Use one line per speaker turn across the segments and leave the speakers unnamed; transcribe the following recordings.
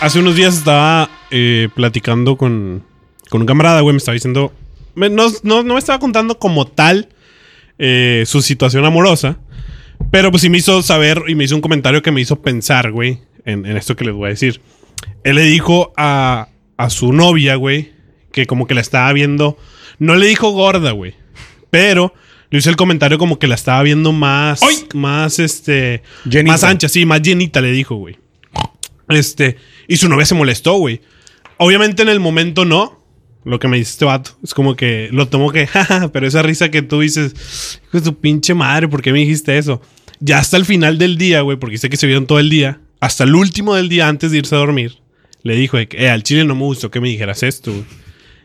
Hace unos días estaba eh, platicando con, con un camarada, güey. Me estaba diciendo. me- no, no, no me estaba contando como tal eh, su situación amorosa. Pero pues sí me hizo saber y me hizo un comentario que me hizo pensar, güey, en, en esto que les voy a decir. Él le dijo a, a su novia, güey, que como que la estaba viendo. No le dijo gorda, güey. Pero le hizo el comentario como que la estaba viendo más. Más este.
Llenita.
Más ancha, sí, más llenita, le dijo, güey. Este. Y su novia se molestó, güey. Obviamente en el momento no. Lo que me dice este vato es como que lo tomo que, jaja, pero esa risa que tú dices, hijo de tu pinche madre, ¿por qué me dijiste eso? Ya hasta el final del día, güey, porque sé que se vieron todo el día, hasta el último del día antes de irse a dormir, le dijo, de que, eh, al chile no me gustó que me dijeras esto, güey.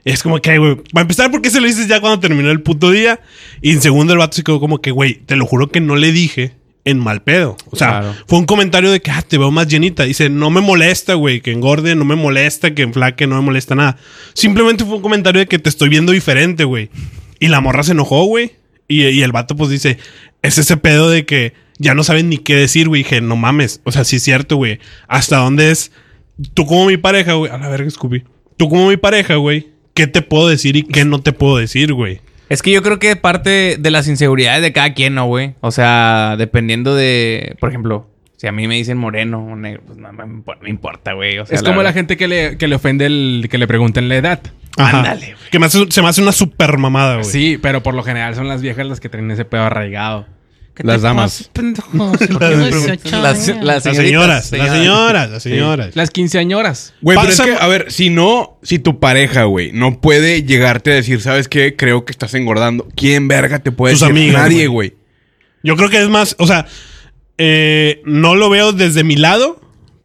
Es como que, güey, para empezar, ¿por qué se lo dices ya cuando terminó el puto día? Y en segundo, el vato se quedó como que, güey, te lo juro que no le dije en mal pedo. O sea,
Claro.
fue un comentario de que, ah, te veo más llenita. Dice, no me molesta, güey, que engorde, no me molesta, que enflaque, no me molesta nada. Simplemente fue un comentario de que te estoy viendo diferente, güey. Y la morra se enojó, güey. Y, y el vato, pues dice, es ese pedo de que ya no saben ni qué decir, güey. Dije, no mames. O sea, sí es cierto, güey. ¿Hasta dónde es? Tú como mi pareja, güey. A la verga, Scooby. Tú como mi pareja, güey. ¿Qué te puedo decir y qué no te puedo decir, güey?
Es que yo creo que parte de las inseguridades de cada quien, ¿no, güey? O sea, dependiendo de, por ejemplo, si a mí me dicen moreno o negro, pues no, me impo- no importa, güey. O sea,
Es como la
verdad-
gente que le, que le ofende el, que le pregunten la edad.
Ajá.
Ándale, güey.
Que me hace- se me hace una super mamada, güey.
Sí, pero por lo general son las viejas las que tienen ese pedo arraigado.
¿Qué
Las
te
damas.
pasa, pendejo? ¿Por qué
Las-
dieciocho años? Las señoritas,
Las señoras, las señoras, las señoras.
Las quinceañoras.
Güey, pero es
Pasa-
que, a ver, si no, si tu pareja, güey, no puede llegarte a decir, ¿sabes qué? Creo que estás engordando. ¿Quién verga te puede
Tus
decir?
amigas,
Nadie, güey.
Yo creo que es más, o sea, eh, no lo veo desde mi lado,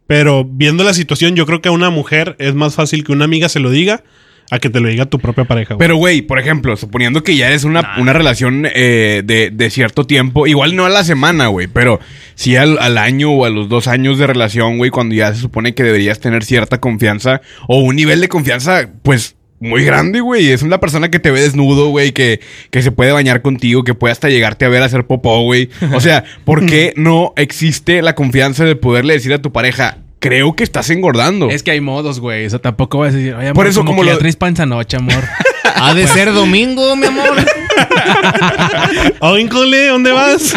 pero viendo la situación, yo creo que a una mujer es más fácil que una amiga se lo diga a que te lo diga tu propia pareja, güey.
Pero, güey, por ejemplo, suponiendo que ya eres una, una relación eh, de, de cierto tiempo, igual no a la semana, güey, pero sí al, al año o a los dos años de relación, güey, cuando ya se supone que deberías tener cierta confianza o un nivel de confianza, pues. Muy grande, güey. Es una persona que te ve desnudo, güey. Que, que se puede bañar contigo. Que puede hasta llegarte a ver a hacer popó, güey. O sea, ¿por qué no existe la confianza de poderle decir a tu pareja, creo que estás engordando?
Es que hay modos, güey. O sea, tampoco vas a decir, oye, amor,
Por eso
como,
como
que
lo-
ya traes panzanoche, amor.
Ha de ser domingo, mi amor.
Óincole, ¿dónde vas?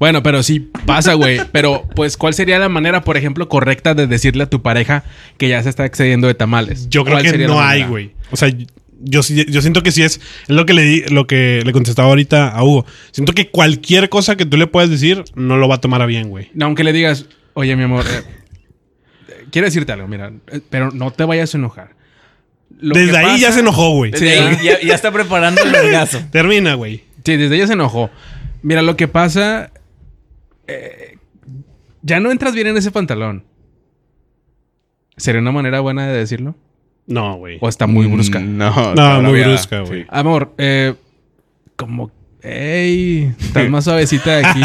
bueno, pero sí pasa, güey. Pero, pues, ¿cuál sería la manera, por ejemplo, correcta de decirle a tu pareja que ya se está excediendo de tamales?
Yo creo
¿Cuál
que
sería la
no hay,
manera?
güey. O sea, yo, sí- yo siento que sí es, es lo que le di, lo que le contestaba ahorita a Hugo. Siento que cualquier cosa que tú le puedas decir no lo va a tomar a bien, güey.
No, aunque le digas, oye, mi amor, eh, eh, quiero decirte algo, mira, eh, pero no te vayas a enojar. Lo que
Desde ahí ya
pasa-
se enojó, güey.
Desde
Sí.
ahí ya, ya está preparando el vergazo.
Termina, güey.
Sí, desde ella se enojó. Mira, lo que pasa. eh, ya no entras bien en ese pantalón. ¿Sería una manera buena de decirlo?
No, güey.
¿O está muy brusca?
Mm, No,
No,
está
muy
braviada.
brusca, güey.
Sí.
Amor, eh, como. ¡Ey! Estás más suavecita de aquí.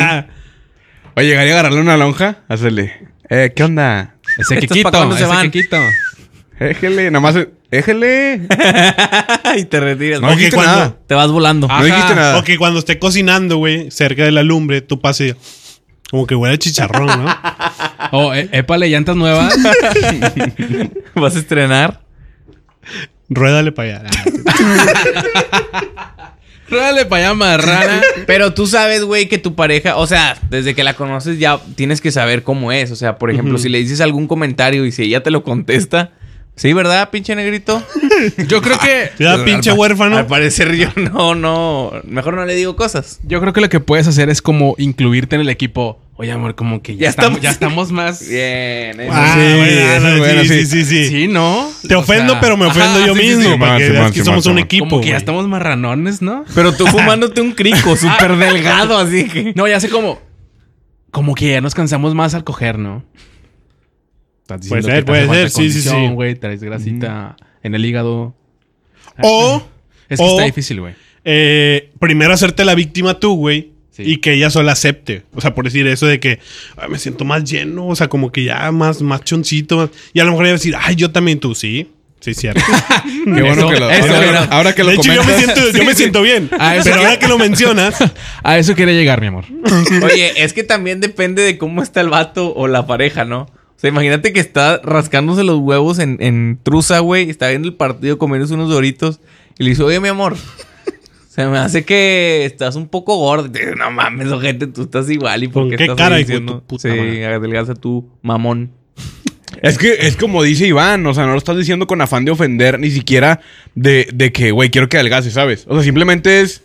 Oye, llegaría a agarrarle una lonja, hacerle. Eh, ¿qué onda?
Ese
Estos
quequito,
pa' cuándo se
ese
van.
quequito.
Éjele, nada más. Éjele.
y te retiras.
No
Ok,
dijiste
¿cuándo?
nada.
Te vas volando.
Ah.
No dijiste
Ajá.
nada.
O que cuando esté cocinando, güey, cerca de la lumbre, tú pases como que huele a chicharrón, ¿no?
Oh, eh, épale, llantas nuevas.
Vas a estrenar.
Ruédale para allá. Ah,
Rale para allá, marrana.
Pero tú sabes, güey, que tu pareja, o sea, desde que la conoces ya tienes que saber cómo es. O sea, por ejemplo, si le dices algún comentario y si ella te lo contesta, ¿sí, verdad, pinche negrito?
Yo creo que.
Te da pinche
Al
huérfano.
parecer yo no, no, mejor no le digo cosas.
Yo creo que lo que puedes hacer es como incluirte en el equipo. Oye, amor, como que ya,
Ya
estamos,
estamos-
ya estamos más.
Bien, eso
Ah,
sí.
Sí,
bueno,
eso
sí,
es bueno,
sí,
sí.
sí, sí.
Sí, ¿no?
Te
O
ofendo,
sea,
pero me ofendo
ajá,
yo
sí, sí,
mismo.
sí.
para
Simón,
que
Simón,
veas que
Simón,
somos un
Simón.
equipo.
Como que ya
güey.
estamos marranones, ¿no?
Pero tú fumándote un crico súper delgado, así que...
No, ya sé como. Como que ya nos cansamos más al coger, ¿no? Estás
Puede
diciendo
ser,
que te
Eh, puede
hace
ser,
falta
sí, sí, sí.
condición, güey, traes grasita en el hígado.
O
Es que
O-
está difícil, güey.
eh, primero hacerte la víctima tú, güey.
Sí.
Y que ella sola acepte. O sea, por decir eso de que "Ay, me siento más lleno. O sea, como que ya más, más choncito. más- Y a lo mejor ella va a decir, ay, yo también tú, sí. Sí, cierto. eh,
Qué bueno
Eso-
que lo.
eso
ahora,
era.
ahora que lo
de hecho, yo me
comentas-
siento, yo me siento bien.
Ah, eso
pero
que-
ahora que lo mencionas,
A eso quería llegar, mi amor.
Oye, es que también depende de cómo está el vato o la pareja, ¿no? O sea, imagínate que está rascándose los huevos en, en truza, güey. y Está viendo el partido comiéndose unos doritos. Y le dice, oye, mi amor. Se me hace que estás un poco gordo. Y te dice, no mames, ojete, tú estás igual. ¿Y por
¿Con
qué,
qué
estás
cara,
ahí
hijo de
diciendo?
tu puta
Sí,
madre?
adelgaza tú, mamón.
Es que es como dice Iván, o sea, no lo estás diciendo con afán de ofender, ni siquiera de, de que, güey, quiero que adelgace, ¿sabes? O sea, simplemente es,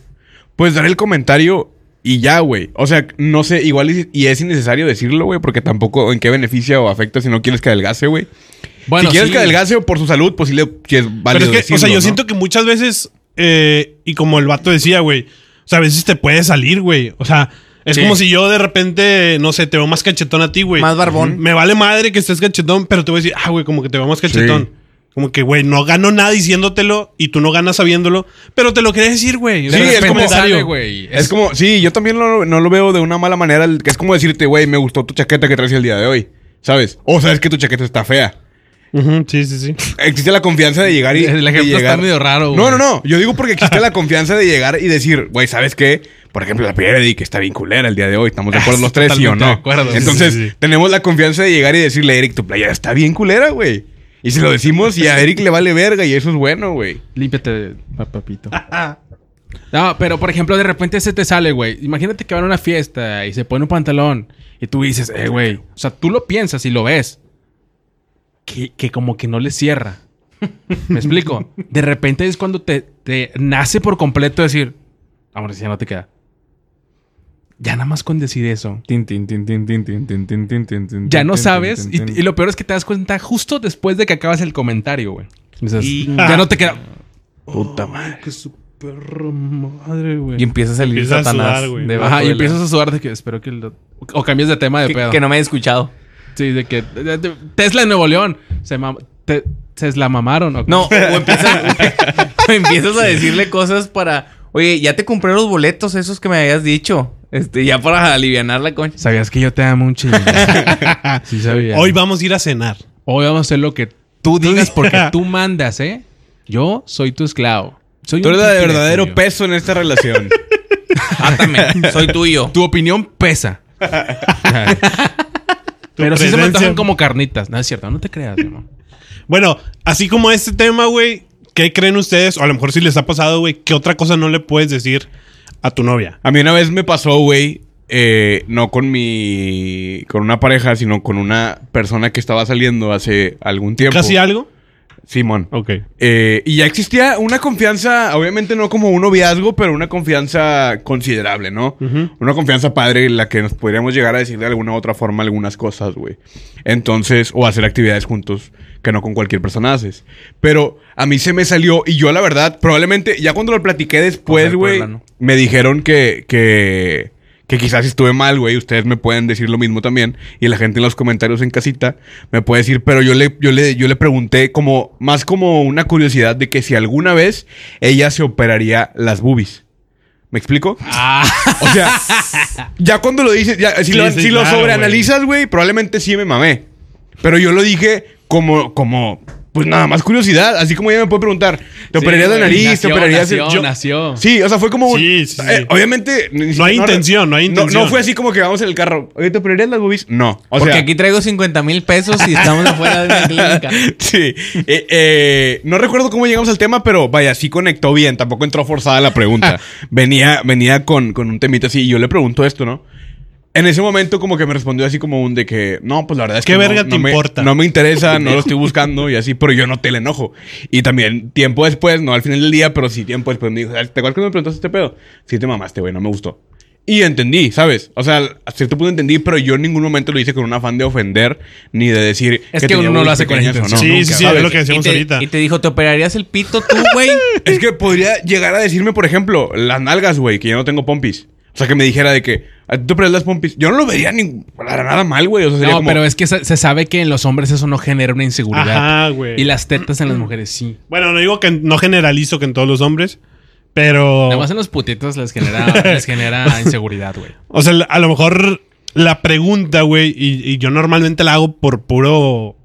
pues, dar el comentario y ya, güey. O sea, no sé, igual y, y es innecesario decirlo, güey, porque tampoco en qué beneficia o afecta si no quieres que adelgace, güey. si quieres
sí.
que adelgace o por su salud, pues sí, le, sí es
pero
válido
es que, o sea,
decirlo,
yo
¿no?
siento que muchas veces, eh, y como el vato decía, güey, o sea, a veces te puede salir, güey. O sea, es
Sí.
como si yo de repente, no sé, te veo más cachetón a ti, güey.
Más barbón.
Me vale madre que estés cachetón, pero te voy a decir, ah, güey, como que te veo más cachetón. Como que, güey, no gano nada diciéndotelo y tú no ganas sabiéndolo, pero te lo quería decir, güey. O
Sí,
sea,
es
Pero
como-
sale,
comentario.
güey.
Es
Es-
como, sí, yo también lo- no lo veo de una mala manera. el- que Es como decirte, güey, me gustó tu chaqueta que traes el día de hoy, ¿sabes? O sabes que tu chaqueta está fea.
Ujú, sí, sí, sí.
Existe la confianza de llegar y.
El
de
ejemplo está
llegar-
medio raro, güey.
No, no, no. Yo digo porque existe la confianza de llegar y decir, güey, ¿sabes qué? Por ejemplo, la playera de Eric está bien culera el día de hoy. Estamos de acuerdo los tres, ¿sí o
totalmente
no?
de acuerdo.
Entonces,
Sí, sí, sí.
tenemos la confianza de llegar y decirle, Eric, tu playera está bien culera, güey. Y se lo decimos y a Eric le vale verga y eso es bueno, güey.
Límpiate, pa- papito. No, pero por ejemplo, de repente se te sale, güey. Imagínate que van a una fiesta y se pone un pantalón y tú dices, eh, güey. O sea, tú lo piensas y lo ves. Que, que como que no le cierra. ¿Me explico? De repente es cuando te, te nace por completo decir, amor, si ya no te queda. Ya nada más con decir eso. Ya no sabes. Y, y lo peor es que te das cuenta justo después de que acabas el comentario, güey. Dices,
Y-
ya no te queda.
Puta madre.
Que su perro madre, güey.
Y empieza a salir
Empieza a
Satanás.
sudar, güey.
debajo
Ajá,
de
y
la-
empiezas a sudar de que espero que lo- O cambies de tema de
que,
pedo.
que no me haya escuchado.
Sí, de que... de- de- Tesla en Nuevo León. Se, mam- te- se la mamaron. ¿o
No,
cómo?
o empiezas, o empiezas a decirle cosas para. Oye, ya te compré los boletos esos que me habías dicho. Este, ya para aliviar la concha.
Sabías que yo te amo un chingo. sí sabía.
Hoy vamos a ir a cenar.
Hoy vamos a hacer lo que tú digas porque tú mandas, ¿eh? Yo soy tu esclavo. Soy
Tú
un
eres la de
títere
verdadero
tuyo.
peso en esta relación.
Átame, soy tuyo.
Tu opinión pesa. Pero sí se me
presencia.
antojan como carnitas. No es cierto, no te creas, mi amor.
Bueno, así como este tema, güey, ¿qué creen ustedes? O a lo mejor si les ha pasado, güey, ¿qué otra cosa no le puedes decir a tu novia?
A mí una vez me pasó, güey, eh, no con mi... con una pareja, sino con una persona que estaba saliendo hace algún tiempo.
¿Casi algo?
Simón.
Ok.
Eh, y ya existía una confianza, obviamente no como un noviazgo, pero una confianza considerable, ¿no?
Ujú.
Una confianza padre en la que nos podríamos llegar a decir de alguna u otra forma algunas cosas, güey. Entonces, o hacer actividades juntos que no con cualquier persona haces. Pero a mí se me salió y yo la verdad, probablemente, ya cuando lo platiqué
Cosa
después,
del
Pues, güey,
Puebla, ¿no?
me dijeron que, que, que quizás estuve mal, güey. Ustedes me pueden decir lo mismo también. Y la gente en los comentarios en casita me puede decir, pero yo le, yo le, yo le pregunté como, más como una curiosidad de que si alguna vez ella se operaría las boobies. ¿Me explico? O sea, ya cuando lo dices, ya,
Sí,
si, lo,
sí,
si lo
claro,
sobreanalizas, güey, probablemente sí me mamé. Pero yo lo dije como, como, pues nada más curiosidad. Así como ella me puede preguntar, ¿te operarías la
güey,
nariz?
nació,
¿Te operarías el-
nació,
yo-
nació.
Sí, o sea, fue como un.
Sí, sí, sí.
eh, obviamente. ni
No hay
siquiera-
intención, no hay intención.
No, fue así como que vamos en el carro. Oye, ¿te operarías las boobies? No. O
Porque
sea,
aquí traigo 50 mil pesos y estamos afuera de una clínica.
Sí. Eh, eh, no recuerdo cómo llegamos al tema, pero vaya, sí conectó bien. Tampoco entró forzada la pregunta. venía venía con, con un temita así y yo le pregunto esto, ¿no? En ese momento como que me respondió así como un de que, no, pues la verdad es que
¿Qué
no-
verga
no
te
me-
importa?
No me interesa, no lo estoy buscando y así, pero yo noté el enojo. Y también tiempo después, no al final del día, pero sí tiempo después me dijo, "¿Te acuerdas cuando me preguntaste este pedo? Sí te mamaste, güey, no me gustó. Y entendí, ¿sabes? O sea, a cierto punto entendí, pero yo en ningún momento lo hice con un afán de ofender ni de decir...
Es que
tenía
uno no lo
boobies
hace con
pequeñas o
intención.
sí,
nunca,
sí, sí,
¿sabes?
es lo que
Y
decíamos
te,
ahorita.
y te dijo, ¿te operarías el pito tú, güey?
Es que podría llegar a decirme, por ejemplo, las nalgas, güey, que yo no tengo pompis. O sea, que me dijera de que, "Ah, ¿tú operas las pompis? Yo no lo vería ni para nada mal, güey. O sea, sería
No,
como...
pero es que se, se sabe que en los hombres eso no genera una inseguridad.
Ajá, güey.
Y las tetas en las mujeres sí.
Bueno, no digo que no generalizo que en todos los hombres, pero...
Nada más en los putitos les genera, les genera inseguridad, güey.
O sea, a lo mejor la pregunta, güey, y, y yo normalmente la hago por puro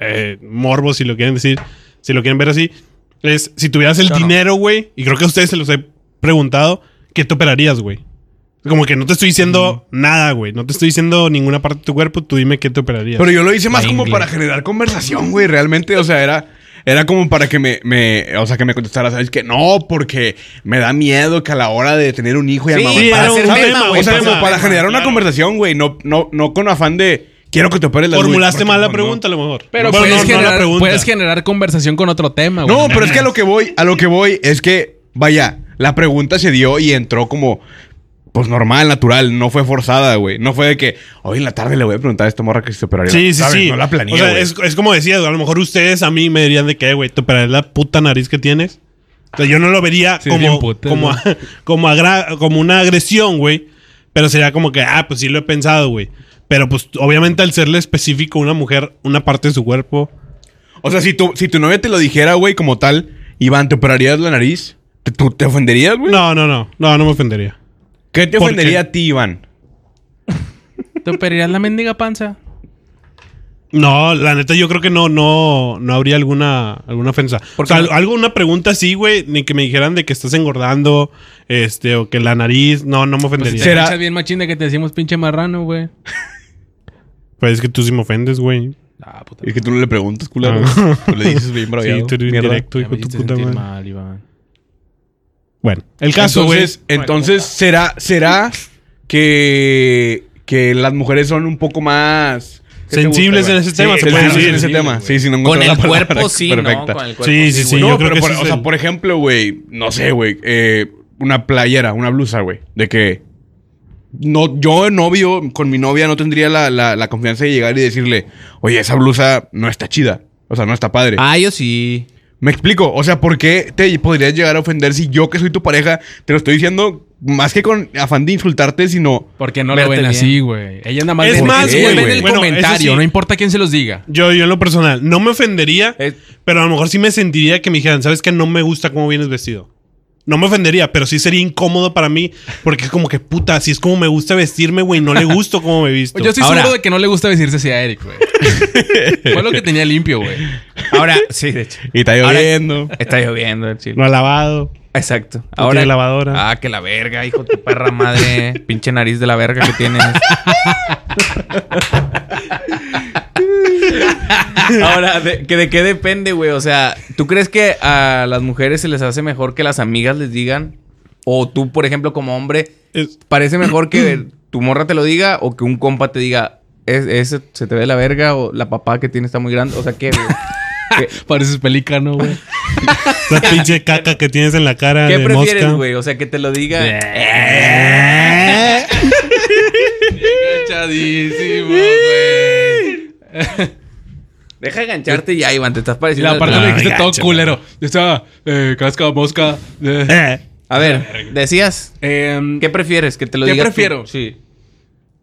eh, morbo, si lo quieren decir, si lo quieren ver así, es si tuvieras el
Claro.
dinero, güey, y creo que a ustedes se los he preguntado, ¿qué te operarías, güey? Como que no te estoy diciendo nada, güey. No te estoy diciendo ninguna parte de tu cuerpo. Tú dime qué te operarías.
Pero yo lo hice más
La
como
ingle.
para generar conversación, güey. Realmente, o sea, era, era como para que me, me- o sea, que me contestara, ¿sabes qué? No, porque me da miedo que a la hora de tener un hijo y
Sí,
amamantar-
sí, era
o
un
sea,
tema, güey,
o sea, como
pasa-
para generar una
claro.
conversación, güey. No, no, no con afán de quiero que te operes la luz,
Formulaste
porque
mal la
no,
pregunta, a lo mejor.
Pero pues
Bueno, no,
puedes,
no la
generar,
pregunta.
puedes generar conversación con otro tema, güey.
No, pero es que a lo que voy, a lo que voy es que, vaya, la pregunta se dio y entró como, pues normal, natural, no fue forzada, güey. No fue de que hoy en la tarde le voy a preguntar a esta morra que se operaría.
Sí, sí,
¿Sabes?
sí.
No la planeé,
O sea,
güey.
es, es como decías, a lo mejor ustedes a mí me dirían de que, güey, te operaré la puta nariz que tienes. O sea, yo no lo vería
Sí, bien
como,
puta,
como,
¿no?
a- como, agra- como una agresión, güey. Pero sería como que, ah, pues sí lo he pensado, güey. Pero pues obviamente al serle específico a una mujer, una parte de su cuerpo.
O sea, si tu, si tu novia te lo dijera, güey, como tal, Iván, ¿te operarías la nariz? ¿Te, tú, te ofenderías, güey?
No, no, no, no, no me ofendería.
¿Qué te
¿Por
ofendería
qué?
a ti, Iván?
¿Te operarías la mendiga panza?
No, la neta yo creo que no, no, no habría alguna, alguna ofensa. O
¿Por
sea,
qué no?
algo, una pregunta así, güey, ni que me dijeran de que estás engordando, este, o que la nariz, no, no me
Pues
ofendería.
Será-
Será bien machín de que te decimos pinche marrano, güey.
Pues es que tú sí me ofendes, güey.
Ah, puta.
Es que tú no le preguntas, culero. Tú le dices bien
Ah. Sí,
braviado.
tú eres
mierda.
indirecto,
Ya
hijo
me
de tu
hiciste
puta
sentir
madre.
mal, Iván.
Bueno, el caso, güey.
entonces, entonces ¿será, será que, que las mujeres son un poco más... ¿qué te
Sensibles
gusta,
en
Iván?
ese tema,
Sí,
se puede
sensibles
decir.
en ese
Sensibles,
tema.
güey.
Sí, sí, no
Con
encontré
el
la palabra
cuerpo sí, ¿no?
perfecta.
Con el cuerpo
Sí, sí,
güey.
sí.
no,
yo creo
pero
que
por,
ese
o
es
sea,
el-
por ejemplo, güey, no sé, güey, eh, una playera, una blusa, güey, de que no, yo novio con mi novia no tendría la, la- la confianza de llegar y decirle, oye, esa blusa no está chida, o sea, no está padre.
Ah, yo sí.
Me explico, o sea, ¿por qué te podrías llegar a ofender si yo que soy tu pareja te lo estoy diciendo más que con afán de insultarte, sino
Porque no lo
Verte
ven
bien.
así, güey. Ella nada más
Es
ven-
más,
ellas
güey,
ven el
bueno, eso
comentario,
sí.
no importa quién se los diga.
Yo, yo en lo personal, no me ofendería,
Es-
pero a lo mejor sí me sentiría que me dijeran, ¿sabes qué? No me gusta cómo vienes vestido. No me ofendería, pero sí sería incómodo para mí, porque es como que, puta, si es como me gusta vestirme, güey, no le gusto cómo me visto.
Yo estoy
Ahora-
seguro de que no le gusta vestirse así a Eric, güey. Fue lo que tenía limpio, güey.
Ahora, sí, de hecho.
y está
Ahora-
lloviendo.
Está lloviendo el chile.
No ha lavado.
Exacto.
tiene lavadora.
Ah, que la verga, hijo de tu perra madre. Pinche nariz de la verga que tienes. Ahora, ¿de, que ¿de qué depende, güey? O sea, ¿tú crees que a las mujeres se les hace mejor que las amigas les digan? O tú, por ejemplo, como hombre,
Es-
¿parece mejor que tu morra te lo diga o que un compa te diga, es, ese se te ve la verga o la papá que tiene está muy grande? O sea, ¿qué, güey? ¿Qué,
Pareces pelícano, güey.
La pinche caca que tienes en la cara
¿Qué
de
prefieres,
mosca.
güey? O sea, que te lo diga.
Enganchadísimo, güey.
Deja de engancharte ya, Iván. Te estás
Y
pareciendo.
la parte
al-
me
Ah,
dijiste todo
gacho,
culero. Yo estaba, eh, casca, mosca. eh.
Eh,
A ver, decías.
Em,
¿Qué prefieres? Que te lo
¿Qué
diga. tú?
prefiero?
Sí.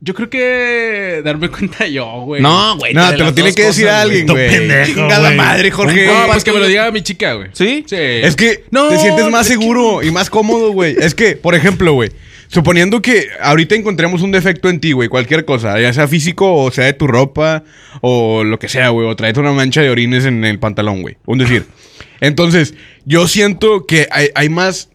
yo creo que darme cuenta yo, güey.
No, güey.
No,
de
te lo
las
tiene
dos
que decir
cosas,
a alguien,
Tú
güey.
pendejo,
Chinga la
güey.
madre, Jorge.
No, pues que me lo diga mi chica, güey.
¿Sí?
Sí.
Es que
No,
te sientes más
es que-
seguro y más cómodo, güey. Es que, por ejemplo, güey, suponiendo que ahorita encontremos un defecto en ti, güey, cualquier cosa, ya sea físico o sea de tu ropa o lo que sea, güey, o traes una mancha de orines en el pantalón, güey. Un decir. Entonces, yo siento que hay, hay más.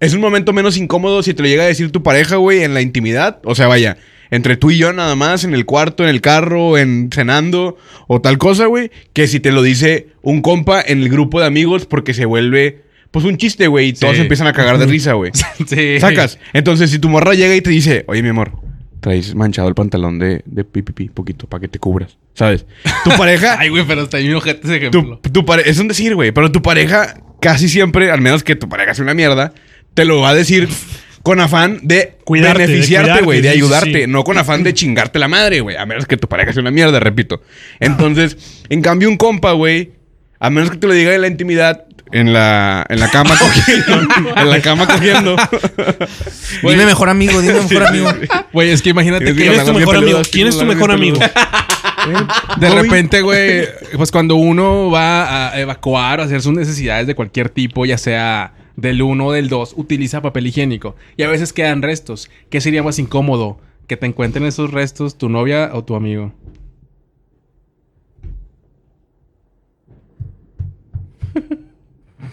Es un momento menos incómodo si te lo llega a decir tu pareja, güey, en la intimidad. O sea, vaya, entre tú y yo nada más, en el cuarto, en el carro, en cenando o tal cosa, güey, que si te lo dice un compa en el grupo de amigos porque se vuelve, pues, un chiste, güey, y todos
Sí.
empiezan a cagar de risa, güey.
Sí.
Sacas. Entonces, si tu morra llega y te dice, oye, mi amor, traes manchado el pantalón de, de pipipi poquito para que te cubras, ¿sabes? Tu pareja
Ay, güey, pero está bien ojete ese ejemplo.
tu, tu pare- es un decir, güey, pero tu pareja casi siempre, al menos que tu pareja sea una mierda, te lo va a decir con afán de
Cuidarte, de
beneficiarte,
cuidarte,
güey, de,
sí, sí,
ayudarte,
sí.
no con afán de chingarte la madre, güey, a menos que tu pareja sea una mierda, repito. Entonces, en cambio un compa, güey, a menos que te lo diga en la intimidad en la, en la cama cogiendo. en la cama cogiendo.
Güey.
Dime mejor amigo, dime mejor amigo.
Güey, es que imagínate
Tienes
¿Quién
que
es tu
Las
mejor
peludas,
amigo? ¿Quién es tu
las
mejor amigo?
peludas.
De repente, güey, pues cuando uno va a evacuar o hacer sus necesidades de cualquier tipo, ya sea del 1 o del 2, utiliza papel higiénico. Y a veces quedan restos. ¿Qué sería más incómodo? Que te encuentren esos restos tu novia o tu amigo.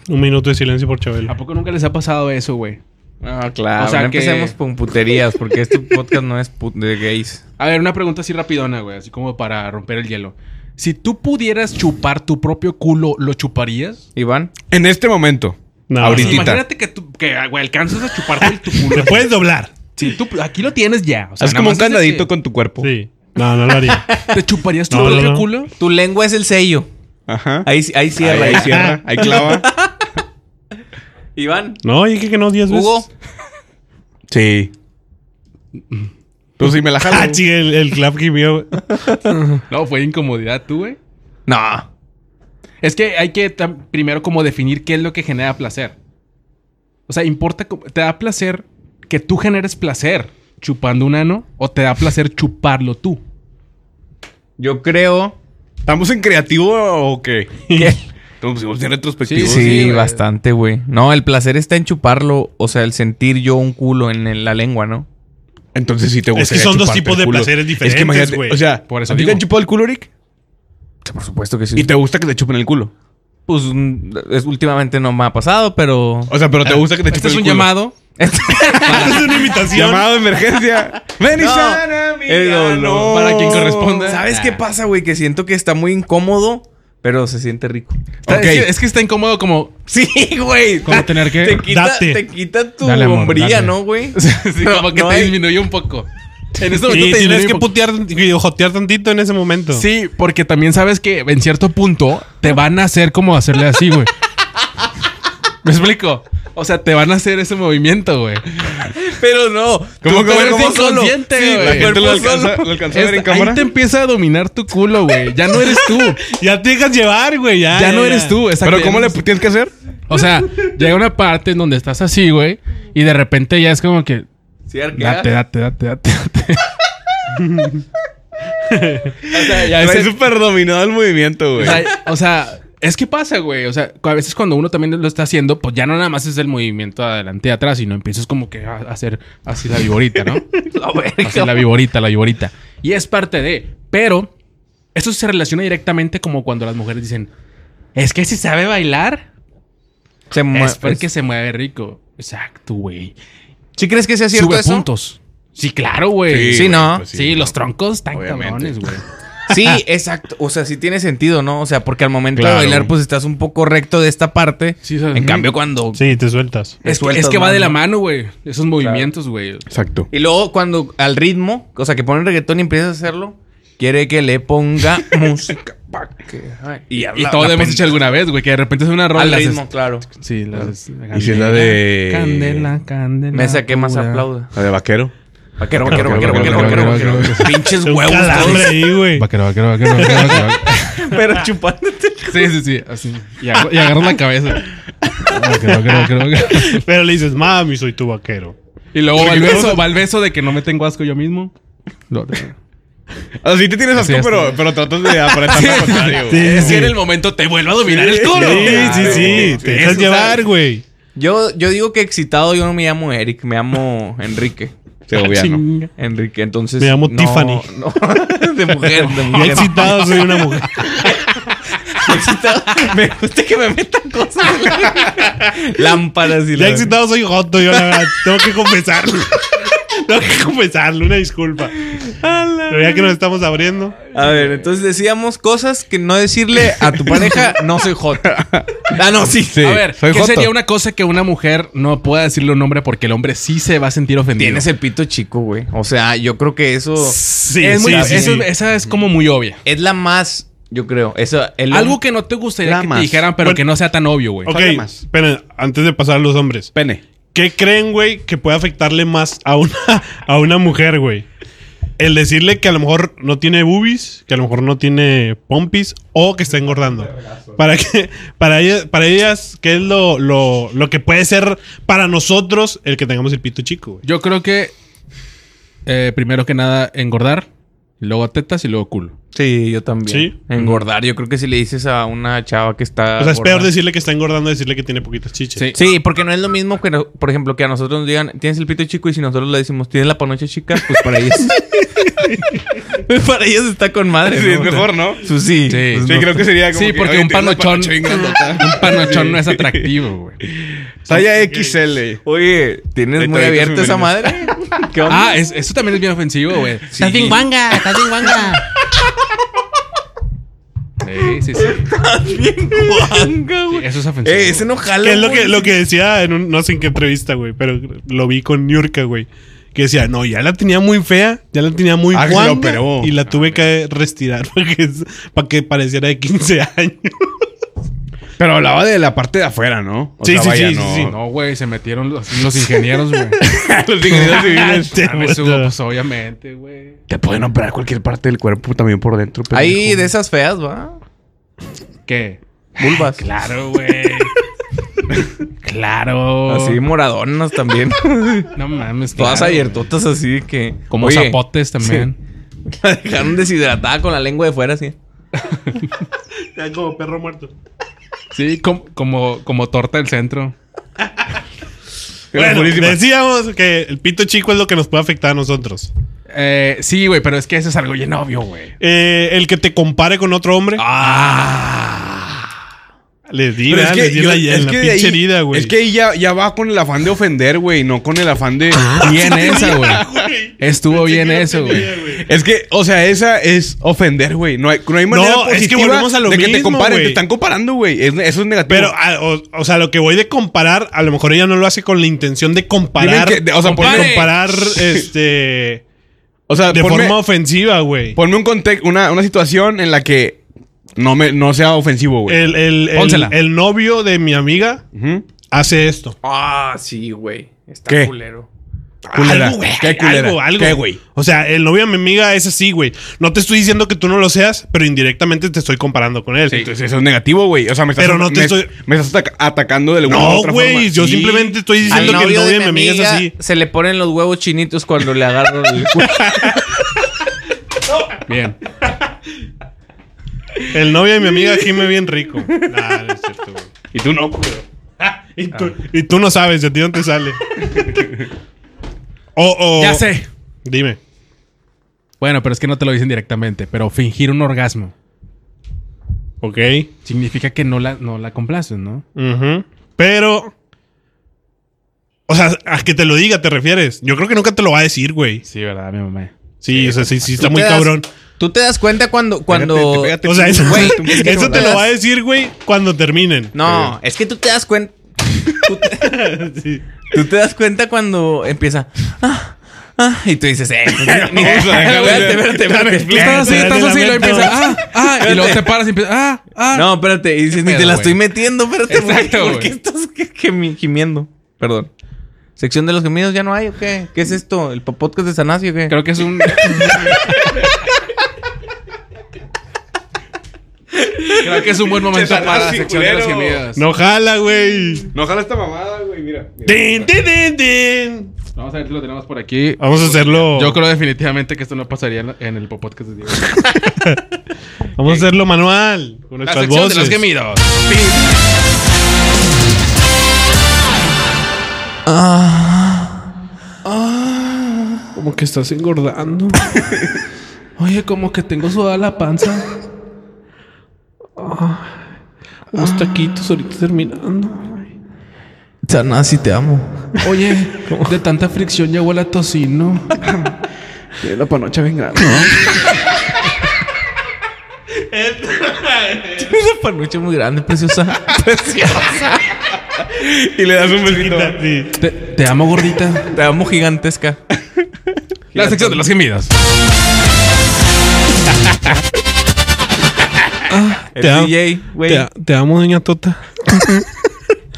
Un minuto de silencio por Chabelo.
¿A poco nunca les ha pasado eso, güey?
No, claro.
O sea,
no
que-
Ah, empecemos con puterías, porque este podcast no es put- de gays.
A ver, una pregunta así rapidona, güey, así como para romper el hielo. Si tú pudieras chupar tu propio culo, ¿lo chuparías?
Iván,
En este momento.
No.
Ahorita.
Imagínate que tú, que, ah, güey, alcanzas a chuparte el- tu culo.
Te puedes doblar.
Si tú, aquí lo tienes ya. O sea,
Haz
nada
como un
más de
candadito
que-
con tu cuerpo.
Sí. No, no lo haría.
¿Te chuparías tu
No, no,
propio
no.
culo?
tu lengua es el sello.
Ajá.
Ahí, ahí
Ahí,
cierra.
ahí cierra, ahí clava.
Iván,
No, dije que no 10 veces.
Hugo,
Sí. Pues si me la
Ah,
jalo.
sí, el, el clap que mío.
No, fue incomodidad tú, güey.
no.
Es que hay que tam- primero como definir qué es lo que genera placer. O sea, importa, cómo- ¿te da placer que tú generes placer chupando un ano o te da placer chuparlo tú?
Yo creo.
¿Estamos en creativo o qué? pues,
que-
Estamos en
Sí,
retrospectivo.
sí,
Sí,
güey.
bastante, güey. No, el placer está en chuparlo, o sea, el sentir yo un culo en, el- la lengua, ¿no?
Entonces sí te gusta.
son dos tipos de placeres diferentes, güey.
O sea,
Por eso
¿a ti
digo.
te han chupado el culo, Eric?
Por supuesto que
Y te gusta que te chupen el culo.
Pues mm, es, últimamente no me ha pasado, pero.
O sea, pero te gusta que te
Este
chupen
es
el
un
culo.
llamado.
Este
es una imitación.
Llamado de emergencia. Ven y
No,
sana mi
el dolor.
ano.
Para quien corresponda.
¿Sabes
Ah.
qué pasa, güey? Que siento que está muy incómodo, pero se siente rico.
Está-
Ok.
es, que, es que está incómodo como...
Sí, güey.
Como tener que-
Te quita,
Date.
te quita tu
Dale, amor,
hombría,
dale.
¿no, güey?
sí,
No,
como que
no
te
hay-
disminuye un poco. En este momento
Y tienes
te disminuye
que
un poco.
putear y jotear tantito en ese momento.
Sí, porque también sabes que en cierto punto te van a hacer como hacerle así, güey. ¿Me explico? O sea, te van a hacer ese movimiento, güey.
Pero no.
¿Cómo,
tú
cómo,
eres
cómo?
solo.
Inconsciente,
Sí,
güey.
La gente
cuerpo
lo alcanza,
solo.
lo alcanza a ver en
Esta- ahí
cámara.
te empieza a dominar tu culo, güey. Ya no eres tú.
Ya te dejas llevar, güey. Ya,
Ya no eres tú. exacto,
Pero
ya
¿cómo
no
le
eres tú.
tienes que hacer?
O sea, llega una parte en donde estás así, güey. Y de repente ya es como que...
Sí, arquea.
Date, date, date, date, date. o sea, ya es
Trae
el-
súper dominado el movimiento,
O
güey.
sea, o sea, es que pasa, güey. O sea, a veces cuando uno también lo está haciendo, pues ya no nada más es el movimiento adelante y atrás, sino empiezas como que a a hacer así la viborita, ¿no?
La verga.
Así la viborita, la viborita. Y es parte de. Pero eso se relaciona directamente como cuando las mujeres dicen: Es que si sabe bailar,
Se mue- pues
es porque se mueve rico. Exacto, güey.
¿Sí crees que sea cierto
Sube
eso?
puntos. Sí, claro,
Sí,
güey. Sí,
güey,
¿no?
pues
los troncos están
Obviamente.
cabrones, güey.
Sí, exacto. O sea, sí tiene sentido, ¿no? O sea, porque al momento
Claro.
de bailar, pues estás un poco recto de esta parte.
Sí, o sea,
en
ujú.
cambio, cuando.
Sí, te sueltas.
te
Es que,
sueltas
es que va
más,
de la
¿no?
mano, güey. Esos movimientos, güey.
Exacto.
Y luego, cuando al ritmo, o sea, que ponen reggaetón y empiezas a hacerlo, quiere que le ponga música. pa' que- ay. Y,
Y todo hemos hecho alguna vez, güey, que de repente es una rola.
Al
las-
ritmo, claro.
Sí, las.
Y si es la de-
Candela, candela.
Me saqué más
pura.
aplauda.
La de vaquero.
Vaquero, vaquero, vaquero, vaquero, vaquero, vaquero. Pinches
Un
huevos
calambre
todos.
ahí, güey.
Vaquero, vaquero, vaquero, vaquero, vaquero, vaquero.
Pero chupándote.
Sí, sí, sí. Así. Y, agarro, y agarro la cabeza. Vaquero, vaquero, vaquero, vaquero.
Pero le dices, mami, soy tu vaquero.
Y luego va el beso, va el beso de que no me tengo asco yo mismo. Lo-
Así te tienes
Así
asco,
es,
pero,
güey.
pero tratas de aparentar lo contrario. güey.
Sí,
Es que en el momento te vuelvo a dominar el culo.
Sí, sí, sí.
Claro, güey.
Te dejas
Eso,
llevar, güey.
Yo, yo digo que excitado, yo no me llamo Eric, me llamo Enrique.
Segoviano.
Enrique, entonces.
Me llamo
no-
Tiffany.
no, de mujer, de
Y
mujer.
excitado soy una mujer.
excitado. Me gusta que me metan cosas. en la- Lámparas y
Ya
la-
excitado soy joto, yo la verdad. Tengo que confesarlo. Tengo que confesarlo, una disculpa. Pero ya que nos estamos abriendo.
A ver, entonces decíamos cosas que no decirle a tu pareja, no soy hot. Ah, no, sí.
Sí.
A ver,
soy
¿qué
joto.
sería una cosa que una mujer no pueda decirle a un hombre porque el hombre sí se va a sentir ofendido?
Tienes el pito chico, güey. O sea, yo creo que eso
Sí,
es muy,
sí, sí,
eso-
sí.
Esa es como muy obvia.
es la más, yo creo. Eso, el-
Algo que no te gustaría
La
que
más.
te dijeran, pero
Bueno,
que no sea tan obvio, güey.
Ok,
Todavía más.
esperen, antes de pasar a los hombres.
Pene.
¿Qué creen, güey, que puede afectarle más a una, a una mujer, güey? El decirle que a lo mejor no tiene boobies, que a lo mejor no tiene pompis o que está engordando. Para que, para ellas, para ellas, ¿qué es lo, lo, lo que puede ser para nosotros el que tengamos el pito chico, güey?
Yo creo que eh, primero que nada engordar, y luego tetas y luego culo.
Sí, yo también.
Sí.
Engordar. Yo creo que si le dices a una chava que está.
O sea, es
Ah, gorda-
peor decirle que está engordando a decirle que tiene poquitas chiches.
Sí.
Sí, porque no es lo mismo que, no- por ejemplo, que a nosotros nos digan, tienes el pito chico y si nosotros le decimos, tienes la panocha chica, pues para ellos. Pues para ellos está con madre.
Sí, es mejor, ¿no?
Pues sí.
Sí.
pues
Sí,
no.
creo que sería como
Sí,
que,
porque
"Oye,
un
tienes una
panochón.
panocha bien grandota".
Un panochón no es atractivo, güey.
Talla XL.
Oye, ¿tienes
Ahí
muy
está, ahí está
abierta
su
esa
menú.
madre? ¿Qué onda?
Ah, es- eso también es bien ofensivo, güey. Sí.
Estás bien guanga, estás bien guanga.
Sí, sí, sí.
bien guanga, güey.
Sí, eso es ofensivo.
Eh, ese no jala,
Que es lo
güey.
que, lo que decía en un, no sé en qué entrevista, güey, pero lo vi con Niurka, güey. Que decía, no, ya la tenía muy fea, ya la tenía muy
Ah, que se la
guanga,
operó. Ah,
y la tuve que retirar porque es- para que pareciera de 15 años.
Pero hablaba de la parte de afuera, ¿no?
Sí, sí, sí, sí,
No, güey, se metieron los, los ingenieros, güey.
Los ingenieros civiles.
Te
A mí subo,
boto.
pues obviamente, güey.
Te pueden operar cualquier parte del cuerpo también por dentro. pendejo.
Hay de esas feas, ¿va?
¿Qué?
Vulvas.
Claro, güey. claro.
Así moradonas también.
No mames.
Todas
claro,
abiertotas así de que.
güey. Como
Oye,
zapotes también.
La dejaron deshidratada con la lengua de fuera, así.
Está como perro muerto.
Sí, com- como, como torta del centro.
Bueno,
Buenísima.
decíamos que el pito chico es lo que nos puede afectar a nosotros.
Eh, sí, güey, pero es que eso es algo bien obvio, güey.
Eh, el que te compare con otro hombre.
Ah.
Les di,
Ah, Pero
¿verdad? les di
yo-
la, en
es
la
que de
pinche
ahí-
herida, güey.
Es que ahí ya, ya va con el afán de ofender, güey, no con el afán de.
Bien Ah, esa, güey. Estuvo bien eso, güey.
Es que, o sea, esa es ofender, güey. No hay, no hay manera
No, es que
positiva
volvemos a lo
de que te
mismo,
comparen.
güey.
Te están comparando, güey. Es- eso es negativo.
Pero, a- o, o sea, lo que voy de comparar, a lo mejor ella no lo hace con la intención de comparar.
Dime que- de- o sea,
de
ponme-
comparar, este.
o sea,
De
ponme,
forma ofensiva, güey.
ponme un contexto, una, una situación en la que no, me, no sea ofensivo, güey.
El, el, el,
Pónsela.
el novio de mi amiga
Ujú.
hace esto.
Ah, sí, güey. Está
¿Qué?
culero.
Culera.
Algo, güey.
¿Qué culera?
Algo, algo.
¿Qué, güey?
O sea, el novio de mi amiga es así, güey. No te estoy diciendo que tú no lo seas, pero indirectamente te estoy comparando con él.
Entonces eso es negativo, güey. O sea, me estás,
Pero no te
me-
estoy-
me estás ataca- atacando del de
no,
otra forma.
güey. Yo
Sí.
simplemente estoy
Al
diciendo que el
novio
novio de mi amiga es así.
Se le ponen los huevos chinitos cuando le agarran el culo.
Bien.
El novio de mi amiga gime bien rico. Nah, no es cierto, güey.
Y tú no, güey.
Y
Ah.
tú, y tú no sabes, a ti no te sale. O, o-
Ya sé.
Dime.
Bueno, pero es que no te lo dicen directamente. Pero fingir un orgasmo
Ok.
significa que no la, no la complaces, ¿no?
Ujú. Pero. O sea, a que te lo diga, te refieres. Yo creo que nunca te lo va a decir, güey.
Sí, ¿verdad, mi mamá?
Sí, o sea, sí,
Tú
sí, está
te
muy
das-
cabrón.
Tú te das cuenta cuando. cuando...
Pégate, pégate,
O sea, eso,
Güey,
eso
es que
te lo
das-
va a decir, güey, cuando terminen.
No, es que tú te das cuenta. Tú te, tú te das cuenta cuando empieza. "Ah, ah", y tú dices, eh, pues, ni- ni- espérate, espérate, espérate.
Tú estás así,
Te das
estás
el
así, y luego
lamento.
empiezas. Ah, ah. Y luego te paras y empiezas. Ah, ah.
No, espérate. Y dices, ni
pedo,
te la
güey?
estoy metiendo, espérate.
Exacto,
Exacto,
güey.
¿Por qué estás que- que mi- gimiendo? Perdón. ¿Sección de los gemidos ya no hay o qué? ¿Qué es esto? ¿El podcast de Sanasio o qué?
Creo que es un. Creo que es un buen momento
Te
para la
sanaste,
sección de los
culero.
gemidos.
No jala, güey.
No jala esta mamada, güey, mira. mira.
Tin, tin, tin, tin.
Vamos a ver si lo tenemos por aquí.
Vamos a hacerlo.
Yo creo definitivamente que esto no pasaría en- en el podcast de Diego.
Vamos a hacerlo manual. Con
La
nuestras
sección
voces.
de los gemidos.
Como que estás engordando.
Oye, como que tengo sudada la panza.
Ah. Unos taquitos ahorita terminando.
Sanasi, te amo.
Oye, de tanta fricción ya huele a tocino.
Tienes una panucha muy grande, preciosa.
Y le das un besito.
Te, te amo, gordita.
te amo gigantesca.
La sección de los gemidos.
El
Te amo.
DJ, güey.
Te, te amo, doña Tota.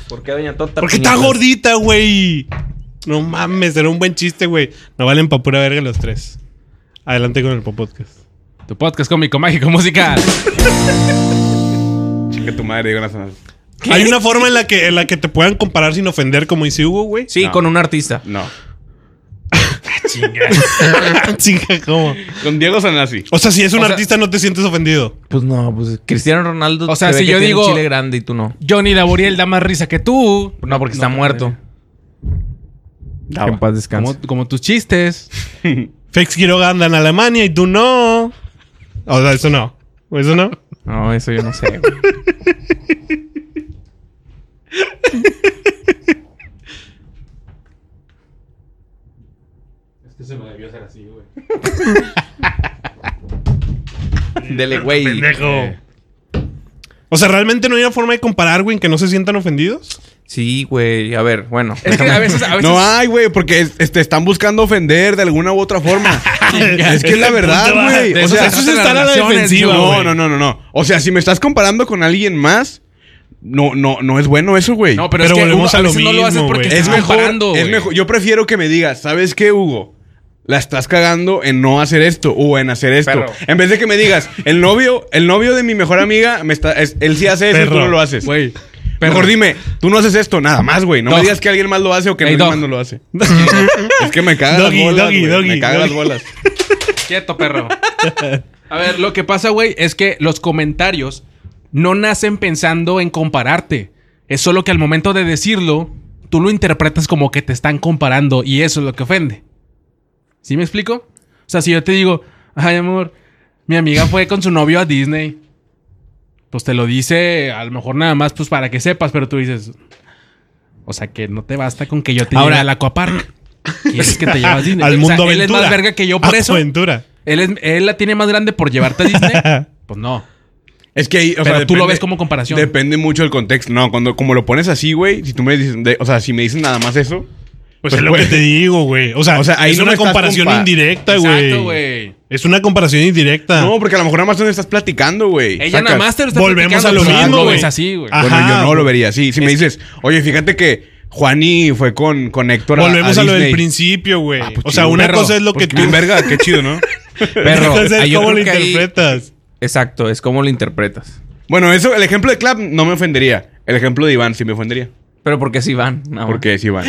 ¿Por qué Doña Tota?
Porque está gordita, güey. No mames, era un buen chiste, güey. No valen pa' pura verga los tres. Adelante con el podcast.
Tu podcast cómico, mágico, musical.
Chinga tu madre, digo, las mamás.
¿Qué?
Hay una forma en la que en la que te puedan comparar sin ofender, como dice Hugo, güey.
Sí,
No.
con un artista.
No.
Chinga. Ah, Chinga, ¿cómo?
Con Diego Sanasi.
O sea, si es un
O sea-
artista, no te sientes ofendido.
Pues no, pues Cristiano Ronaldo.
O sea,
se ve
si
que
yo
tiene un
digo-
Chile grande y tú no.
Johnny Laboriel da más risa que tú.
No, porque está
te
muerto.
creo.
En paz descanse.
Como, como tus chistes.
Fex Quiroga anda en Alemania y tú no. O sea, eso no. Eso no.
No, eso yo no sé. güey.
Este se me debió hacer así, güey.
Dele, güey.
Pendejo. O sea, realmente no hay una forma de comparar, güey, en que no se sientan ofendidos.
Sí, güey. A ver, bueno.
Es que a veces, a veces
No hay, güey, porque es- es- te están buscando ofender de alguna u otra forma. es que es la verdad,
punto va-
güey.
de
O
eso
sea,
se trata las relaciones, yo,
No,
güey.
no, no, no, no. O sea, si me estás comparando con alguien más, no, no, no es bueno eso, güey.
No, pero,
Pero
es que
volvemos
Hugo,
a lo
veces no lo
mismo,
haces porque
güey.
te
es
estás
mejor,
comparando,
es
güey.
mejor. Yo prefiero que me digas, ¿sabes qué, Hugo? La estás cagando en no hacer esto o en hacer esto.
Perro.
En vez de que me digas, el novio, el novio de mi mejor amiga, me está, es- él sí hace eso y tú
Perro.
no lo haces.
Güey.
Mejor dime, tú no haces esto, nada más, güey. No
Dog.
me digas que alguien más lo hace o que
Ey,
alguien
dog.
más no lo hace. es que me cagan
Doggy,
las bolas.
doggy,
güey.
doggy,
me cagan
doggy.
las bolas.
Quieto, perro. A ver, lo que pasa, güey, es que los comentarios no nacen pensando en compararte. Es solo que al momento de decirlo, tú lo interpretas como que te están comparando y eso es lo que ofende. ¿Sí me explico? O sea, si yo te digo, ay, amor, mi amiga fue con su novio a Disney. Pues te lo dice, a lo mejor nada más, pues para que sepas, pero tú dices, o sea, que no te basta con que yo te
Ahora-
lleve al Aquapark. Quieres que te llevas a Disney.
Al
O sea,
mundo aventura. Ah,
Él es más verga que yo por eso.
Aventura.
¿Él, es- él la tiene más grande por llevarte a Disney? pues no.
Es que ahí, o
Pero
sea,
tú lo ves como comparación.
Depende mucho del contexto. No, cuando como lo pones así, güey, si tú me dices, de- o sea, si me dices nada más eso,
Pues, es lo
güey,
que te digo, güey. O sea,
O sea, ahí
es
no
una
me estás
comparación
compa-
indirecta,
Exacto,
güey.
güey.
Es una comparación indirecta.
No, porque a lo mejor nada más tú me estás platicando, güey.
Ella
Sacas.
nada más te lo está
Volvemos
platicando,
a lo
tú no
mismo,
lo
güey.
ves así, güey.
Ah,
Bueno,
Ajá,
yo no lo
güey.
vería así. Si me dices, oye, fíjate que Juani fue con, con Héctor a-
Volvemos a, lo del
Disney".
principio, güey.
Ah, pues
o sea,
chido,
una
perro.
cosa es lo que
Pues
tú.
bien verga, qué chido, ¿no?
Una
Perro,
cosa
ah,
es
yo
cómo lo
creo que ahí-
interpretas.
Exacto, es como lo interpretas.
bueno, eso, el ejemplo de Clap no me ofendería. El ejemplo de Iván sí me ofendería.
Pero porque si van.
Ah.
No,
Porque es Iván.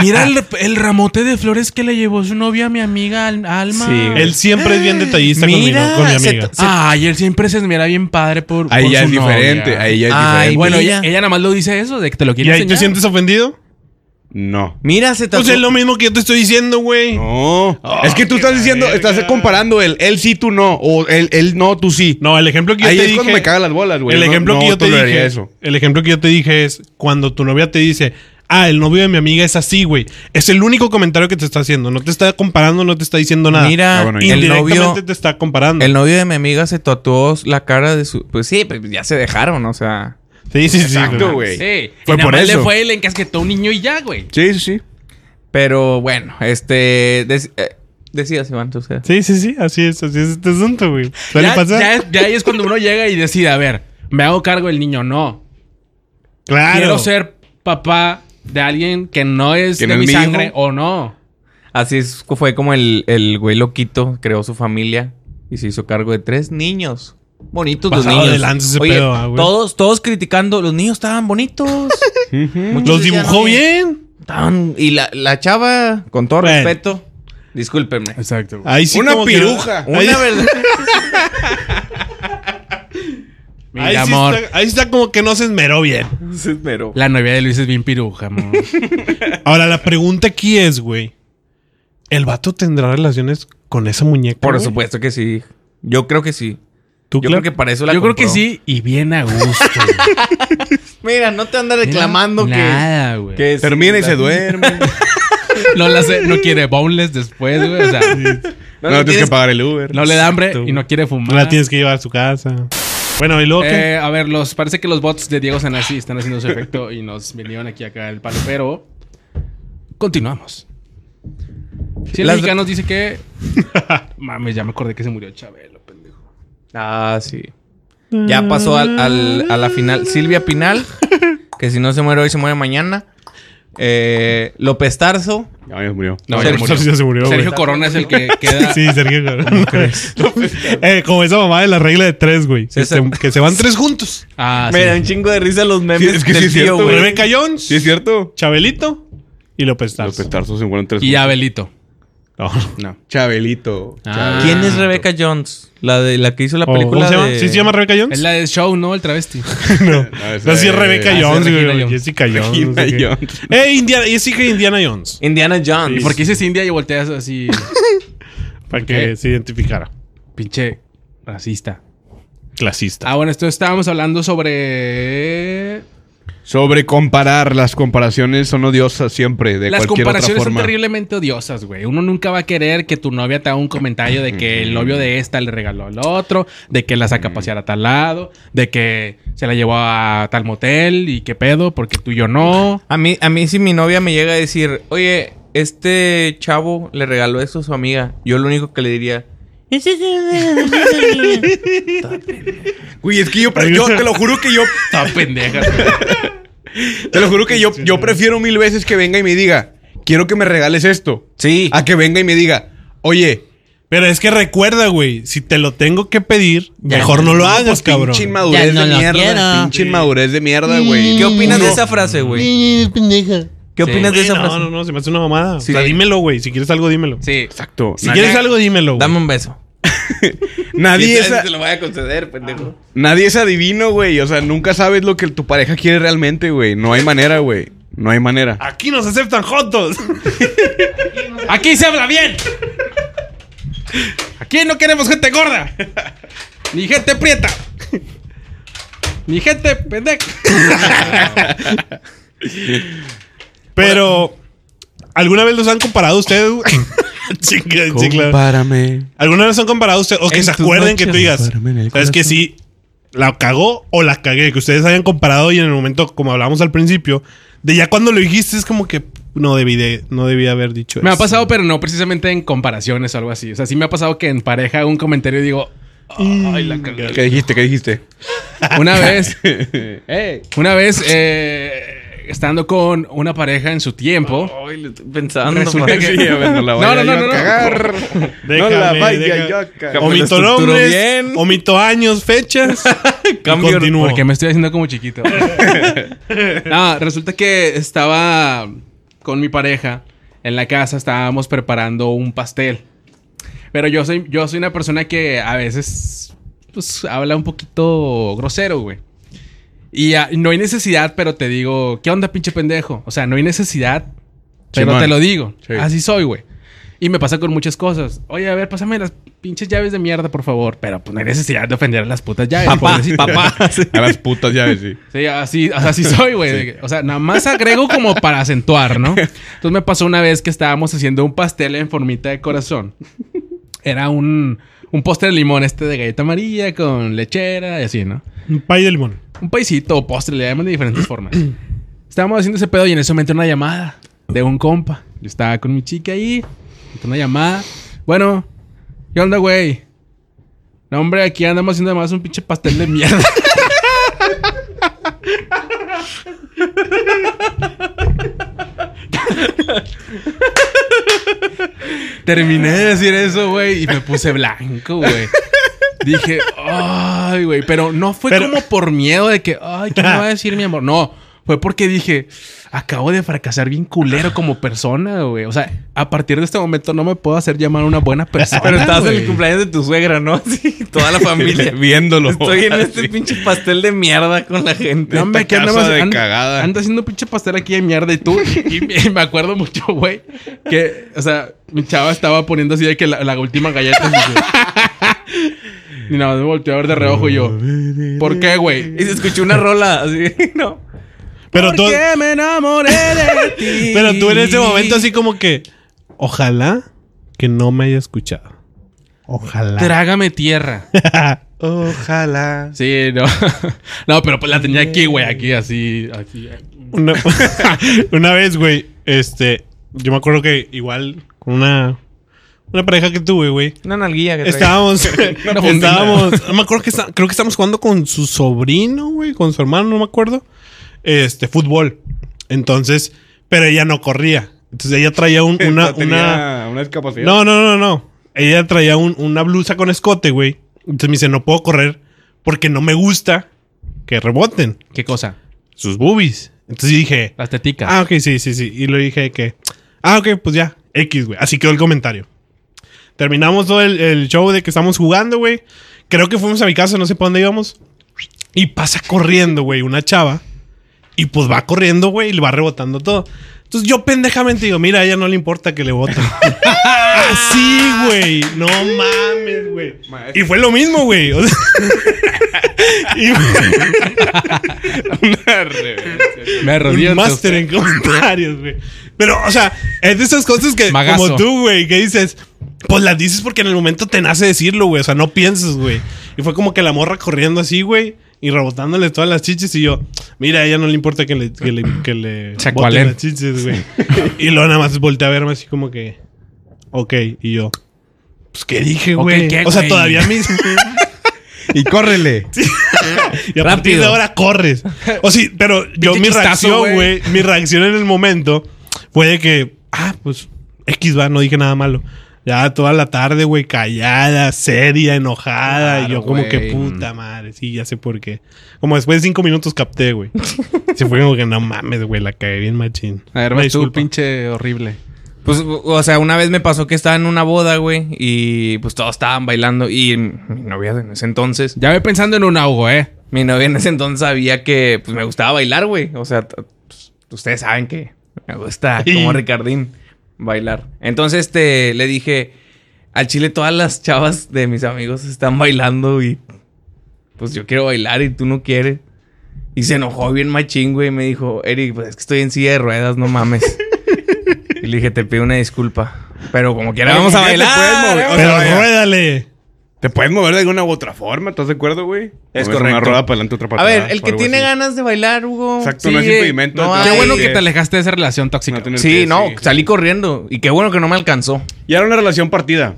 Mira el, el ramote de flores que le llevó su novia a mi amiga Al- Alma.
Sí, güey.
Él siempre es bien detallista con, mi,
Mira,
con mi
se-
amiga.
se-
Ay, él siempre se mira bien padre por,
Ahí
por
ya
su
es diferente.
novia.
Ahí ya es
Ay,
diferente.
Bueno,
Mira.
ella, ella nada más lo dice eso, de que te lo
¿Y
quiere
ahí te
enseñar.
sientes ofendido?
No.
Mira, se tatuó.
Pues es lo mismo que yo te estoy diciendo, güey. No.
No. es que tú estás diciendo, estás comparando el él sí, tú no. O el él no, tú sí.
el ejemplo que yo
Ahí
te
es
dije.
cuando me cagan las bolas, güey.
el
No-
ejemplo
no
que yo te
toleraría
dije.
eso.
El ejemplo que yo te dije es cuando tu novia te dice, ah, el novio de mi amiga es así, güey. Es el único comentario que te está haciendo. No te está comparando, no te está diciendo nada.
Mira,
Ah, bueno, ya.
el
indirectamente
novio,
te está comparando.
el novio de mi amiga se tatuó la cara de su. Pues sí, pues ya se dejaron, o sea.
sí, sí, sí.
Exacto,
güey.
güey.
Sí.
Fue
y nada
por
más
eso.
le fue y le encasquetó a un niño y ya, güey.
Sí, sí, sí.
Pero bueno, este. dec- eh, decías, Iván, tú sabes.
Sí, sí, sí, así es, así es este asunto, güey. Suele
Ya,
pasar.
ya es- ya ahí es cuando uno llega y decide, a ver, me hago cargo del niño, no.
claro.
Quiero ser papá de alguien que no es
¿Que
de
no es
mi
mi hijo?
sangre o no.
Así es, fue como el, el güey loquito creó su familia y se hizo cargo de tres niños. Bonitos los
Pasado
niños.
de lanza ese
Oye,
pedo, ah, güey.
todos, todos criticando, los niños estaban bonitos. Muchos
Los
decían,
dibujó
"Oye,
bien.
estaban- y la, la chava, con todo
Bueno.
respeto, discúlpenme.
Exacto.
Ahí sí
Una
como que-
piruja.
ahí,
Una verdad.
Mira,
ahí sí
amor,
está, ahí está como que no se esmeró bien.
Pero.
la novia de Luis es bien piruja, amor.
Ahora, la pregunta aquí es, güey. ¿El vato tendrá relaciones con esa muñeca?
Por
güey?
supuesto que sí. Yo creo que sí.
¿Tú,
Yo
Clark?
creo que para eso la
Yo creo que
compró.
sí y bien a gusto.
Mira, no te andas reclamando que-
Nada,
que...
güey.
sí,
Termina y
la-
se duerme.
No, la hace- no quiere boneless después, güey. O sea,
No,
le
tienes, que pagar el Uber.
no le da hambre
Exacto.
y no quiere
No
fumar.
la tienes que llevar a su casa. Bueno, ¿y luego qué?
Eh, a ver, los, parece que los bots de Diego Sanasi están haciendo su efecto y nos vinieron aquí a cagar el palo, pero continuamos. Si el
Las-
mexicano nos dice que... Mames, ya me acordé que se murió Chabelo, pendejo.
Ah, sí. Ya pasó al, al- a la final Silvia Pinal, que si no se muere hoy, se muere mañana. Eh, López Tarso.
No, ya murió.
No, ya
Sergio
murió.
Sergio se murió,
Sergio
güey.
Corona es el que queda...
Sí, Sergio. Corona. eh, como esa mamá de la regla de tres, güey. Que
César-
se, que se van tres juntos.
Ah,
Me da
sí.
un chingo de risa los memes
Sí, es que
del
sí es
tío,
cierto,
güey.
Rebeca Jones,
Sí, es cierto.
Chabelito y López Tarso.
Los petardos se mueren tres.
Y Abelito.
No.
No. Chabelito.
Ah.
¿Quién es Rebecca Jones? La de la que hizo la película
Oh, ¿Cómo se llama?
de-
¿Sí se llama Rebecca
Es
Jones?
la del show, ¿no? El travesti.
no.
No, esa
No, sí es
es-
Rebecca
ah, sí,
Jones,
Regina
güey,
Jones.
Jessica Jones.
Regina
no sé qué.
Jones.
Eh, Indiana, Jessica Indiana Jones.
Indiana Jones.
Porque dices India y volteas así,
Para que
Ok.
se identificara.
pinche racista.
Clasista.
Ah, bueno, esto estábamos hablando sobre...
Sobre comparar. Las comparaciones son odiosas siempre. De
Las
cualquier
comparaciones
otra
son
forma.
terriblemente odiosas, güey. Uno nunca va a querer que tu novia te haga un comentario de que el novio de esta le regaló al otro, de que la saca a pasear a tal lado, de que se la llevó a tal motel y qué pedo, porque tú y yo no.
A mí, a mí si mi novia me llega a decir, oye, este chavo le regaló eso a su amiga, yo lo único que le diría,
Güey, es que yo, pre- yo te lo juro que yo.
Está pendeja. güey.
Te lo juro que yo, yo prefiero mil veces que venga y me diga. Quiero que me regales esto.
sí,
A que venga y me diga. Oye,
Pero es que recuerda, güey, si te lo tengo que pedir,
Ya,
mejor no lo hagas,
pues,
cabrón.
pinche inmadurez
Ya no
de
lo
mierda.
quiero.
Pinche inmadurez de mierda, güey.
¿qué opinas de
No.
esa frase, güey?
pendeja.
¿Qué
Sí.
opinas de
Güey,
esa frase?
no, no, no, se me hace una mamada.
Sí.
O sea, dímelo, güey. Si quieres algo, dímelo.
Sí.
Exacto.
Si
Na-
quieres algo, dímelo. güey.
Dame un beso.
nadie, es, a-
lo voy a conceder, pendejo.
nadie es adivino, güey. O sea, nunca sabes lo que tu pareja quiere realmente, güey. No hay manera, güey. No hay manera.
Aquí nos aceptan jotos.
Aquí se habla bien. Aquí no queremos gente gorda. Ni gente prieta. Ni gente pendeja.
Pero, ¿alguna vez los han comparado ustedes? güey? Chinga, sí, claro.
Compárame.
¿Alguna vez han comparado ustedes? O que
En
se
tus
acuerden que
noches.
tú digas.
Compárame en el
¿Sabes que
corazón.
sí? ¿La cagó o la cagué? Que ustedes hayan comparado y en el momento, como hablábamos al principio, de ya cuando lo dijiste, es como que no debí, de, no debí haber dicho
Me ha
eso.
pasado, pero no precisamente en comparaciones o algo así. O sea, sí me ha pasado que en pareja hago un comentario y digo, ay, la cagué.
¿Qué dijiste? ¿Qué dijiste?
Una vez, una vez, eh, estando con una pareja en su tiempo,
Ay, lo estoy pensando.
Resulta
pa-
que-
Sí, a ver, no la
No, no, no,
vaya yo a
no, no.
cagar. no
Déjame,
la vaya
deja-
yo a cagar.
Déjame, lo
Omito
estructuro
nombres,
bien.
omito años, fechas. y
Cambio-
continúo.
porque me estoy haciendo como chiquito. no, resulta que estaba con mi pareja en la casa, estábamos preparando un pastel. Pero yo soy, yo soy una persona que a veces pues, habla un poquito grosero, güey. Y ah, no hay necesidad, pero te digo, ¿qué onda, pinche pendejo? O sea, no hay necesidad, pero
Simón.
te lo digo.
Sí.
Así soy, güey. Y me pasa con muchas cosas. Oye, a ver, pásame las pinches llaves de mierda, por favor. Pero pues no hay necesidad de ofender a las putas llaves.
Papá,
pobrecito.
papá. Sí.
A las putas llaves, sí.
Sí, así, así soy, güey. De que- O sea, nada más agrego como para acentuar, ¿no? Entonces me pasó una vez que estábamos haciendo un pastel en formita de corazón. Era un, un postre de limón este de galleta amarilla con lechera y así, ¿no?
Un pay de limón.
Un paisito o postre, le llaman de diferentes formas. Estábamos haciendo ese pedo y en eso me entró una llamada de un compa. Yo estaba con mi chica ahí, me entró una llamada. Bueno, ¿qué onda, güey? No, hombre, aquí andamos haciendo además un pinche pastel de mierda. Terminé de decir eso, güey, y me puse blanco, güey. Dije, ay, güey, pero no fue
Pero-
como por miedo de que, ay, ¿qué me va a decir mi amor? No, fue porque dije, acabo de fracasar bien culero como persona, güey. O sea, a partir de este momento no me puedo hacer llamar una buena persona.
Pero estabas en
güey.
el cumpleaños de tu suegra, ¿no? Sí, toda la familia.
Viéndolo.
Estoy en este pinche pastel de mierda con la gente.
No me
esta
quedo
casa
más.
de
anda,
cagada.
anda haciendo pinche pastel aquí de mierda y tú. Y me, y me acuerdo mucho, güey, que, o sea, mi chava estaba poniendo así de que la, la última galleta. así de- y nada más me volteó a ver de reojo y yo. ¿Por qué, güey?
Y se escuchó una rola así, ¿no?
Pero tú,
Porque me enamoré de ti.
pero tú en ese momento así como que... Ojalá que no me haya escuchado. Ojalá.
Trágame tierra.
Ojalá.
Sí, no. No, pero pues la tenía aquí, güey, aquí, así. aquí.
Una, una vez, güey, este... Yo me acuerdo que igual con una... Una pareja que tuve, güey.
Una nalguilla que traía.
Estábamos,
fundita.
estábamos, no me acuerdo que está- creo que estábamos jugando con su sobrino, güey, con su hermano, no me acuerdo. Este, fútbol. Entonces, pero ella no corría. Entonces ella traía un- una, una,
una, discapacidad.
no, no, no, no. Ella traía un- una blusa con escote, güey. Entonces me dice, no puedo correr porque no me gusta que reboten
¿Qué cosa?
sus boobies. Entonces yo dije,
Las teticas.
Ah, ok, sí, sí, sí. Y le dije que, ah, ok, pues ya. X, güey. Así quedó el comentario. Terminamos todo el, el show de que estamos jugando, güey. Creo que fuimos a mi casa, no sé para dónde íbamos. Y pasa corriendo, güey, una chava. Y pues va corriendo, güey, y le va rebotando todo. Entonces yo pendejamente digo, mira, a ella no le importa que le voten. Así, güey. No mames, güey. Y fue lo mismo, güey. O sea, y fue
Me arrodillo
un
ante
máster en comentarios, güey. Pero, o sea, es de esas cosas que,
Magazo.
como tú, güey, que dices, pues las dices porque en el momento te nace decirlo, güey. O sea, no piensas, güey. Y fue como que la morra corriendo así, güey. Y rebotándole todas las chichis y yo, mira, a ella no le importa que le, que le, que le
Chacualén.
boten las chichis, güey. y luego nada más volteé a verme así como que, ok, y yo, pues qué dije,
Ok,
güey.
¿qué,
o sea,
güey?
todavía mis...
Y córrele.
Y a partir de ahora corres. O sí, pero yo mi
chistazo,
reacción,
güey.
güey, mi reacción en el momento fue de que, ah, pues X va, no dije nada malo. Ya toda la tarde, güey, callada, seria, enojada. y yo
Claro,
como que
güey.
puta madre, sí, ya sé por qué. Como después de cinco minutos capté, güey. Se fue como que no mames, güey, la cagué bien machín.
A ver,
Una
vas tú,
disculpa.
pinche horrible.
Pues, o o sea, una vez me pasó que estaba en una boda, güey, y pues todos estaban bailando. Y mi novia en ese entonces,
Ya voy pensando en un ahogo, ¿eh?
mi novia en ese entonces sabía que pues me gustaba bailar, güey. O sea, t- pues, ustedes saben que me gusta como Ricardín bailar. Entonces, este, le dije, al chile todas las chavas de mis amigos están bailando y pues yo quiero bailar y tú no quieres. Y se enojó bien machín, güey, y me dijo, Eric, pues es que estoy en silla de ruedas, no mames. y le dije, te pido una disculpa. Pero como quiera, vamos a
Te
bailar.
puedes mover, o
Pero
sea, vaya,
ruédale.
te puedes mover de alguna u otra forma, ¿estás de acuerdo, güey?
Es
O ves Una
correcto.
rueda para adelante, otra para
A ver,
atrás,
el
o
que
algo
tiene
así.
ganas de bailar, Hugo.
Exacto, no es
sigue.
impedimento,
No
entonces,
Qué
hay-
bueno
sí.
que te alejaste de esa relación tóxica.
No tiene-
Sí,
Sí,
no,
sí.
salí corriendo. Y qué bueno que no me alcanzó.
Y era una relación partida.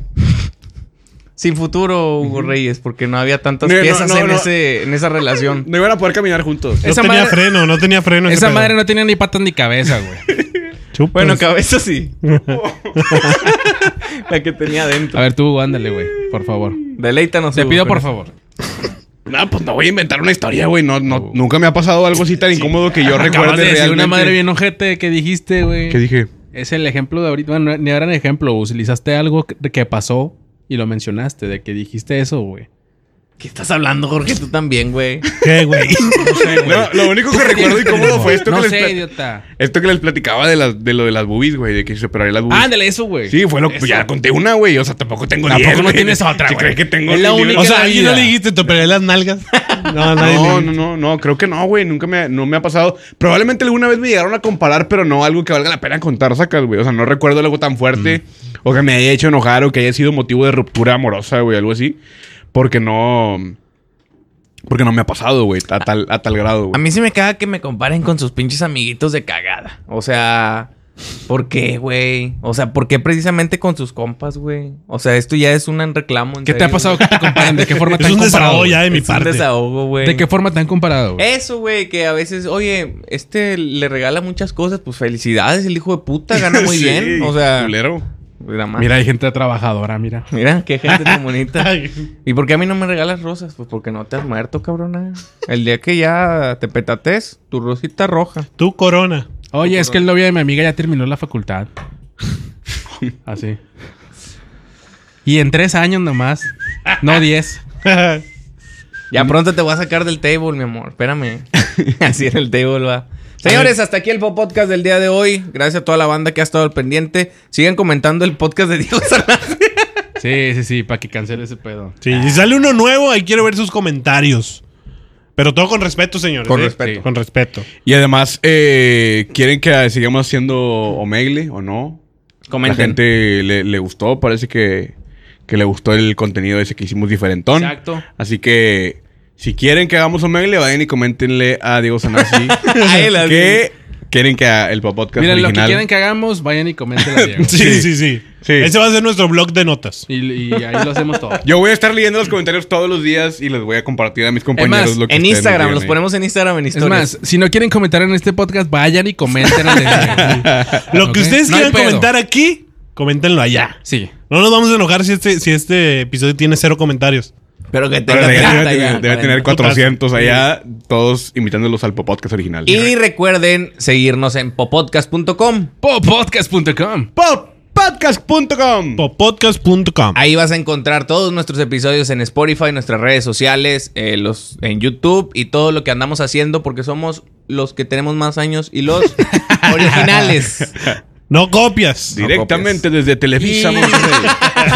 Sin futuro, Hugo Reyes, porque no había tantas
No, no,
piezas
no,
en,
no.
Ese, en esa relación.
No iban a poder caminar juntos.
No
Esa
tenía
madre-
freno, no tenía freno.
Esa madre no tiene ni patas ni cabeza, güey.
Chupas.
Bueno, cabeza sí. La que tenía
A
adentro.
ver, tú, ándale, güey, por favor.
Deleítanos.
Te
Hugo,
pido,
con
por
eso.
favor.
No, pues no voy a inventar una historia, güey. No, no, nunca me ha pasado algo así tan incómodo que yo
Acabas
recuerde
de decir
realmente.
una madre bien ojete que dijiste, güey.
¿Qué dije?
Es el ejemplo de ahorita. Bueno, ni era el ejemplo. Utilizaste algo que, que pasó y lo mencionaste, de que dijiste eso, güey.
¿Qué estás hablando, Jorge? Tú también, güey.
¿Qué, güey?
No, lo único que recuerdo incómodo fue esto
No
que les
sé,
pla-
idiota.
Esto que les platicaba de, las, de lo de las boobies, güey, de que se separaría las boobies.
Ándale, eso, güey.
Sí, fue lo que ya conté una, güey. O sea, tampoco tengo
Ah, Tampoco
diez,
no
güey.
tienes otra,
¿Qué
güey.
crees que tengo?
Es la
diez?
única
O sea,
la
¿a alguien no
vida.
le dijiste, te operé las nalgas. No, a nadie
No,
le-
no, no, no, creo que no, güey. Nunca me, no me ha pasado. Probablemente alguna vez me llegaron a comparar, pero no algo que valga la pena contar, sacas, güey. O sea, no recuerdo algo tan fuerte
Mm.
o que me haya hecho enojar o que haya sido motivo de ruptura amorosa, güey, algo así. Porque no. Porque no me ha pasado, güey, a tal, a tal
A
grado, güey.
mí sí me caga que me comparen con sus pinches amiguitos de cagada. O sea, ¿por qué, güey? O sea, ¿por qué precisamente con sus compas, güey? O sea, esto ya es un reclamo. en
¿Qué te ha
serio,
pasado que te comparan? ¿De qué forma te
Es
han
un
comparado?
desahogo ya
güey?
de mi
güey. Es un
parte.
desahogo, güey.
¿De qué forma te han comparado, güey?
Eso, güey, que a veces, oye, este le regala muchas cosas, pues felicidades, el hijo de puta gana muy
Sí,
bien. O sea,
culero.
mira, ma-
Mira, hay gente trabajadora, mira.
mira, qué gente tan bonita.
Ay.
¿Y por qué a mí no me regalas rosas? Pues porque no te has muerto, cabrona. El día que ya te petates, tu rosita roja.
Tú, Corona.
Oye, es que el novio de mi amiga ya terminó la facultad. Así. Y en tres años nomás. No diez.
Ya pronto te voy a sacar del table, mi amor. Espérame. Así en el table va. Señores, hasta aquí el podcast del día de hoy. Gracias a toda la banda que ha estado al pendiente. Sigan comentando el podcast de Diego Salazar.
Sí, sí, sí, para que cancele ese pedo.
Sí, si sale uno nuevo, ahí quiero ver sus comentarios. Pero todo con respeto, señores.
Con
¿eh?
respeto.
Sí. Con respeto.
Y además, eh, ¿quieren que sigamos haciendo Omegle o no? La gente le, le gustó, parece que, que le gustó el contenido ese que hicimos diferentón.
Exacto.
Así que si quieren que hagamos omegle, vayan y coméntenle a Diego Sanasi
A él, a
que quieren que ha- el podcast
Miren, lo
original.
que quieran que hagamos, vayan y comenten a Diego.
Sí, sí, sí,
Sí.
Ese va a ser nuestro blog de notas.
Y, y ahí lo hacemos todo.
Yo voy a estar leyendo los comentarios todos los días y les voy a compartir a mis
Es
compañeros
más,
lo que
en
ustedes nos
Instagram,
digan
los
ahí.
ponemos en Instagram, en
Es
historias.
más, si no quieren comentar en este podcast, vayan y comenten. al de Diego.
Lo que
Ok.
ustedes
No hay
quieran
pedo.
comentar aquí, coméntenlo allá.
Sí.
No nos vamos a enojar si este, si este episodio tiene cero comentarios.
pero que
Pero
tenga
debe,
plata
debe-
ya,
debe tener
Tu casa.
400 allá, todos invitándolos al podcast original.
Y recuerden seguirnos en popodcast.com.
Popodcast.com.
¡Pop! popodcast.com.
Popodcast.com.
Ahí vas a encontrar todos nuestros episodios en Spotify, nuestras redes sociales, eh, los en YouTube y todo lo que andamos haciendo porque somos los que tenemos más años y los originales.
No copias.
Directamente desde Televisa
Y-
Monterrey.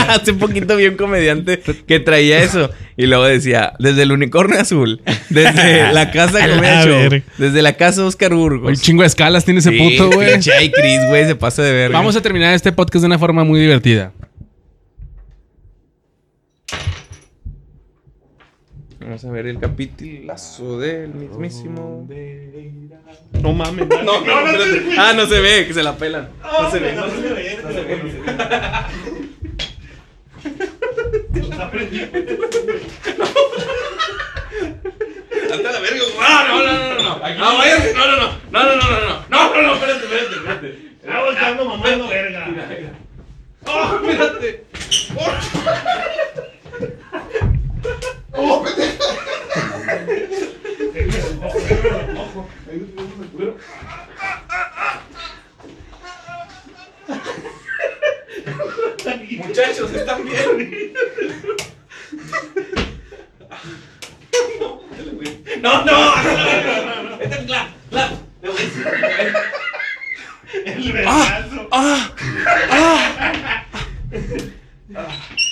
Hace poquito vi un comediante que traía eso y luego decía, desde el unicornio azul, desde la casa
A la
Comedia Show,
verga.
desde la casa Oscar
Un
Burgos.
chingo de escalas tiene ese
Pues, Sí,
puto, güey.
pinche Ay, Chris, güey, se pasa de verga.
Vamos a terminar este podcast de una forma muy divertida.
Vamos a ver el capitulazo del mismísimo.
No mames.
No, no, no, Ah, no se ve, que se la pelan. No se ve. no se ve. Hasta la verga. Ah, No, no, no, no, no. No, váyanse. No, no, no. No, no, no, no, no. No, no, no, espérate, espérate, espérate.
Está volteando mamando verga.
Oh, espérate. Muchachos, están bien. No, no. Esta es la, la.
El vergazo.
¡Ah!